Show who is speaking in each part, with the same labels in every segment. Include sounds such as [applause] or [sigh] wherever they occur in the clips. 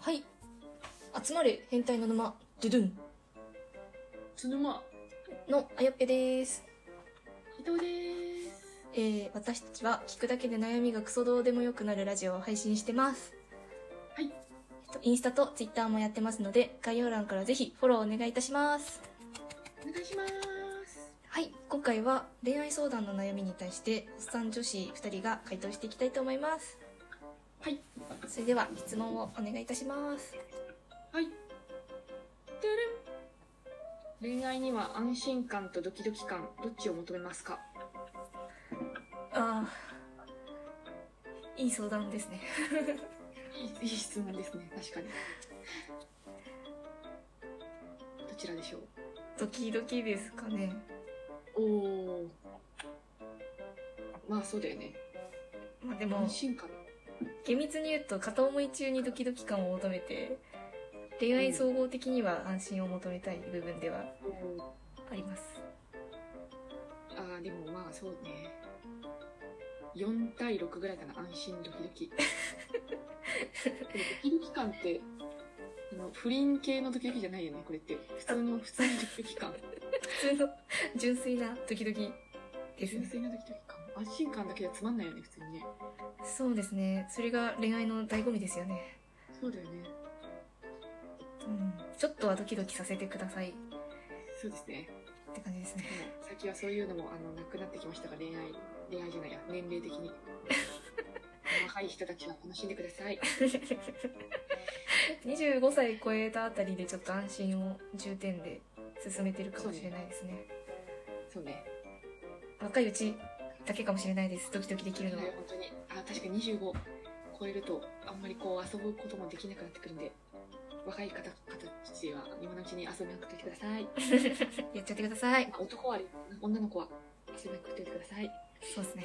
Speaker 1: はい集まれ変態の沼ドゥドゥン
Speaker 2: つぬま
Speaker 1: のあやっぺです
Speaker 2: 伊藤です
Speaker 1: えー、私たちは聞くだけで悩みがクソどうでもよくなるラジオを配信してます
Speaker 2: はい
Speaker 1: えっとインスタとツイッターもやってますので概要欄からぜひフォローお願いいたします
Speaker 2: お願いします
Speaker 1: はい今回は恋愛相談の悩みに対しておっさん女子2人が回答していきたいと思います
Speaker 2: はい
Speaker 1: それでは質問をお願いいたします
Speaker 2: はいてるん恋愛には安心感とドキドキ感どっちを求めますか
Speaker 1: ああいい相談ですね
Speaker 2: いいいい質問ですね確かに [laughs] どちらでしょう
Speaker 1: ドキドキですかね
Speaker 2: おおまあそうだよね
Speaker 1: まあでも
Speaker 2: 安心感
Speaker 1: 厳密に言うと片思い中にドキドキ感を求めて恋愛総合的には安心を求めたい部分では
Speaker 2: おー
Speaker 1: あります
Speaker 2: あーでもまあそうね4対6ぐらいかな安心ドキド [laughs] キでもドキドキ感ってあの不倫系のドキドキじゃないよねこれって普通の普通のドキドキ [laughs] 感
Speaker 1: 普通の純粋なドキドキです
Speaker 2: 純
Speaker 1: ね
Speaker 2: 粋なドキドキ感安心感だけじゃつまんないよね普通にね
Speaker 1: そうですねそれが恋愛の醍醐味ですよね、
Speaker 2: そうだよね
Speaker 1: うん、ちょっとはドキドキさせてくださいっ
Speaker 2: そうですね
Speaker 1: て感じです [laughs] ね
Speaker 2: もう最近はそういうのもあのなくなってきましたが恋愛恋愛じゃないや年齢的 [laughs] に若い人たちは楽しんでください
Speaker 1: 25歳超えたあたりでちょっと安心を重点で進めてるかもしれないですね
Speaker 2: そうね
Speaker 1: 若いうちだけかもしれないですドキドキできるのは
Speaker 2: はい、本当にあ確かに25超えるとあんまりこう遊ぶこともできなくなってくるんで若い方々たちは今のうちに遊べなくておいてくだ
Speaker 1: [laughs]
Speaker 2: さい
Speaker 1: やっちゃってください
Speaker 2: あ男はあれ女の子は遊べなくておいてください
Speaker 1: そうですね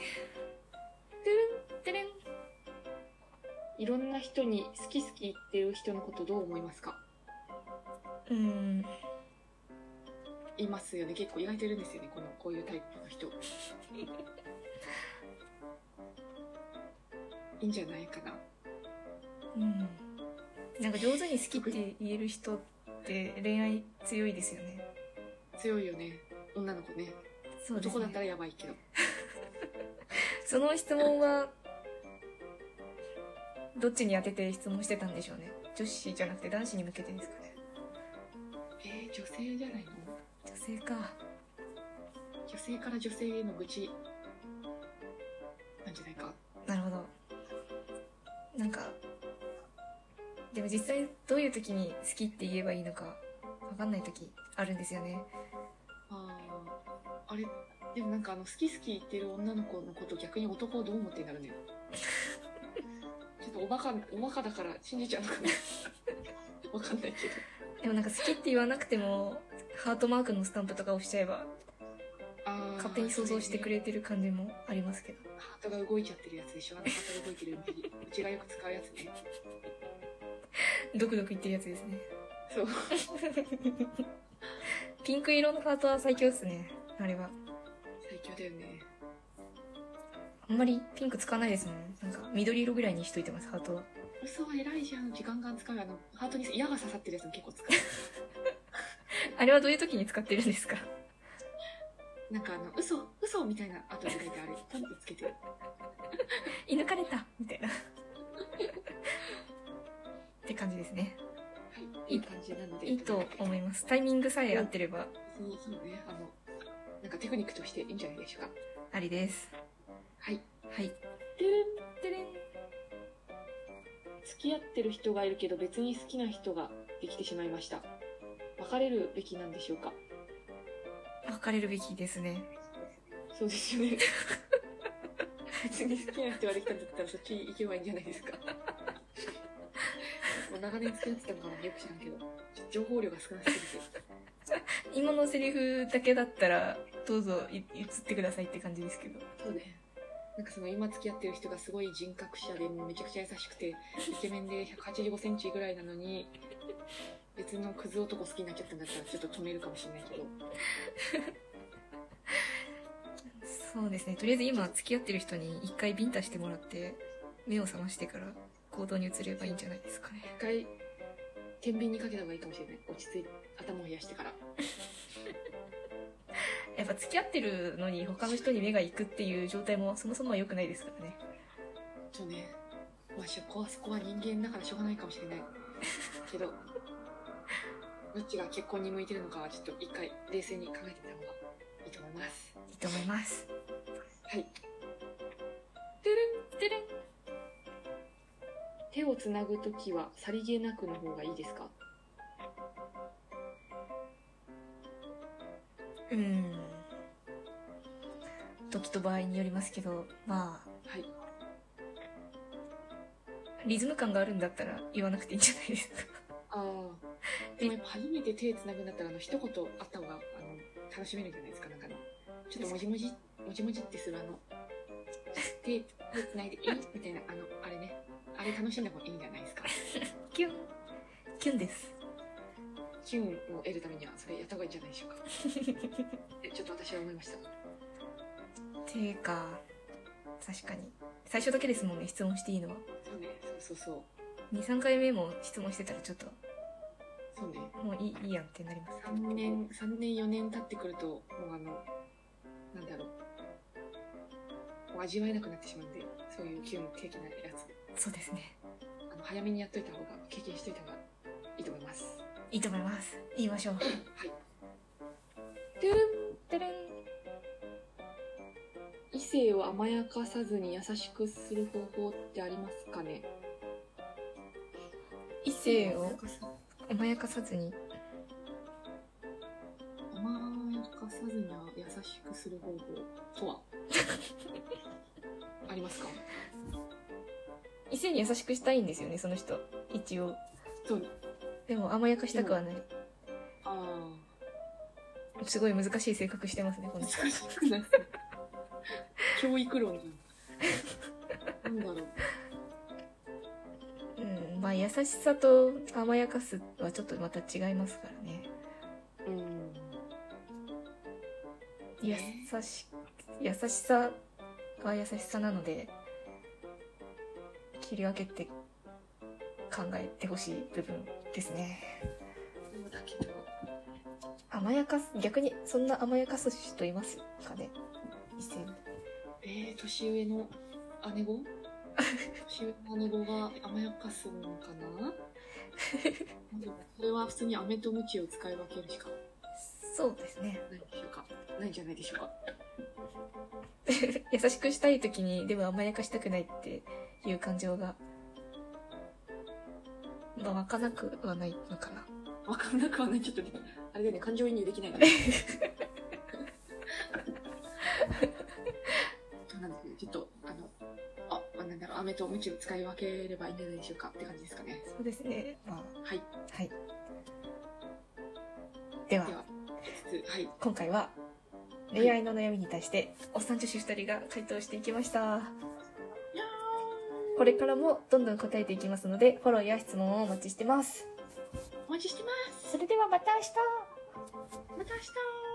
Speaker 2: いろんな人に好き好き言ってる人のことどう思いますか
Speaker 1: うん
Speaker 2: いますよね結構意外といるんですよねこのこういうタイプの
Speaker 1: [laughs]
Speaker 2: 人いいんじゃないかな
Speaker 1: うんなんか上手に好きって言える人って恋愛強いですよね
Speaker 2: 強いよね女の子ね
Speaker 1: そうです
Speaker 2: 男だった
Speaker 1: ね
Speaker 2: らやばいけど
Speaker 1: その質問はどっちに当てて質問してたんでしょうね女子じゃなくて男子に向けてですかね
Speaker 2: えー、女性じゃないの
Speaker 1: 女性か
Speaker 2: 女性から女性への愚痴なんじゃないか
Speaker 1: なるほどなんかでも実際どういう時に好きって言えばいいのか分かんない時あるんですよね
Speaker 2: あーあれでもなんかあの好き好き言ってる女の子のこと逆に男はどう思ってな
Speaker 1: [laughs]
Speaker 2: るのよちょっとおバカおバカだから信じちゃうのかな [laughs] わかんないけど
Speaker 1: でもなんか好きって言わなくてもハートマークのスタンプとか押しちゃえば
Speaker 2: あー
Speaker 1: 勝手に想像してくれてる感じもありますけど
Speaker 2: そうねハートが動いちゃってるやつでしょあのハートが動いてる右 [laughs] うちがよく使うやつね
Speaker 1: ドクドク言ってるやつですね
Speaker 2: そう
Speaker 1: [laughs] ピンク色のハートは最強ですねあれは
Speaker 2: 最強だよね
Speaker 1: あんまりピンク使わないですもんなんか緑色ぐらいにしといてますハートは
Speaker 2: 嘘は偉いじゃん時間が使うよあのハートに矢が刺さってるやつも結構使う
Speaker 1: あれはどういう時に使ってるんですか [laughs]
Speaker 2: なんかあの、嘘、嘘みたいな後で書いてあれ、ポンってつけてる。
Speaker 1: 射抜かれたみたいな [laughs] って感じですね
Speaker 2: はい、いい感じなので。
Speaker 1: いいと思いますタイミングさえ合ってれば
Speaker 2: 別にそうね、あの、なんかテクニックとしていいんじゃないでしょうか。
Speaker 1: ありです
Speaker 2: はい。
Speaker 1: はい
Speaker 2: 付き合ってる人がいるけど別に好きな人ができてしまいました。別れるべきなんでしょうか。
Speaker 1: 別れるべきですね
Speaker 2: そうですよね。別に好きな人ができたんだったらそっち行けばいいんじゃないです [laughs] か。もう長年付き合ってたのかなよく知らんけど。ちょっと情報量が少なすぎて。
Speaker 1: 今のセリフだけだったらどうぞい移ってくださいって感じですけど
Speaker 2: そうね。なんかその今付き合ってる人がすごい人格者でもうめちゃくちゃ優しくてイケメンで185センチぐらいなのに別のクズ男好きになっちゃったんだったらちょっと止めるかもしれないけど
Speaker 1: そうですねとりあえず今付き合ってる人に一回ビンタしてもらって目を覚ましてから行動に移ればいいんじゃないですかね
Speaker 2: 一回天秤にかけた方がいいかもしれない落ち着いて頭を冷やしてから
Speaker 1: やっぱ付き合ってるのに他の人に目が行くっていう状態もそもそもは良くないですからね
Speaker 2: ちょっとねまあしょこはそこは人間だからしょうがないかもしれないけどどっちが結婚に向いてるのかはちょっと一回冷静に考えてみた方がいいと思います
Speaker 1: いいと思います
Speaker 2: はい
Speaker 1: てるんてるん
Speaker 2: 手をつなぐときはさりげなくの方がいいですか
Speaker 1: うん時と場合によりますけどまあ
Speaker 2: はい
Speaker 1: リズム感があるんだったら言わなくていいんじゃないですか
Speaker 2: ああでもやっぱ初めて手つなぐんだったらあの一言あった方があの楽しめるんじゃないですかなんかねちょっともじもじもじもじってするあの手手つないで「えい?」みたいなあのあれねあれ楽しんだ方がいいんじゃないですか
Speaker 1: キュンキュンです
Speaker 2: 機運を得るためにはそれやった方がいいんじゃないでしょうか [laughs] えちょっと私は思いました
Speaker 1: ていうか確かに最初だけですもんね質問していいのは
Speaker 2: そうねそうそうそう
Speaker 1: 23回目も質問してたらちょっと
Speaker 2: そうね
Speaker 1: もういいいいやんってなります
Speaker 2: 3年3年4年経ってくるともうあのなんだろうもう味わえなくなってしまうんでそういう機運的なやつ
Speaker 1: そうですね
Speaker 2: あの早めにやっといた方が経験しといた方がいいと思います
Speaker 1: いいと思います言いましょう
Speaker 2: はい
Speaker 1: てるんてるん
Speaker 2: 異性を甘やかさずに優しくする方法ってありますかね
Speaker 1: 異性を甘やかさずに
Speaker 2: 甘やかさずに優しくする方法とは [laughs] ありますか
Speaker 1: 異性に優しくしたいんですよねその人一応
Speaker 2: そう
Speaker 1: でも甘やかしたくはない
Speaker 2: あ
Speaker 1: すごい難しい性格してますねこ
Speaker 2: あ
Speaker 1: の
Speaker 2: 難
Speaker 1: 人 [laughs]
Speaker 2: しくない教育論じゃんなんだろう
Speaker 1: うんまあ優しさと甘やかすはちょっとまた違いますからね
Speaker 2: うん
Speaker 1: 優し優しさは優しさなので切り分けて考えてほしい部分ですね
Speaker 2: そうだけど
Speaker 1: 甘やかす逆にそんな甘やかす人いますかね異性に
Speaker 2: えー、年上の姉 [laughs] 子年上の姉子が甘やかすのかなでもそれは普通に飴と鞭を使い分けるしか
Speaker 1: そうですね
Speaker 2: ないでしょうかないんじゃないでしょうか
Speaker 1: 優しくしたい時にでも甘やかしたくないっていう感情がまあ湧かなくはないのかな
Speaker 2: わかんなくはないちょっとねあれだよね感情移入で [laughs] きないからねそうなんですねちょっとあのああなんだろう飴と鞭を使い分ければいいんじゃないでしょうかって感じですかね
Speaker 1: そうですねまあ
Speaker 2: はい
Speaker 1: はい。では
Speaker 2: で、は5つはい
Speaker 1: 今回は恋愛の悩みに対して、おっさん女子2人が回答していきました。これからもどんどん答えていきますので、フォローや質問をお待ちしてます。
Speaker 2: お待ちしてます
Speaker 1: それではまた明日
Speaker 2: また明日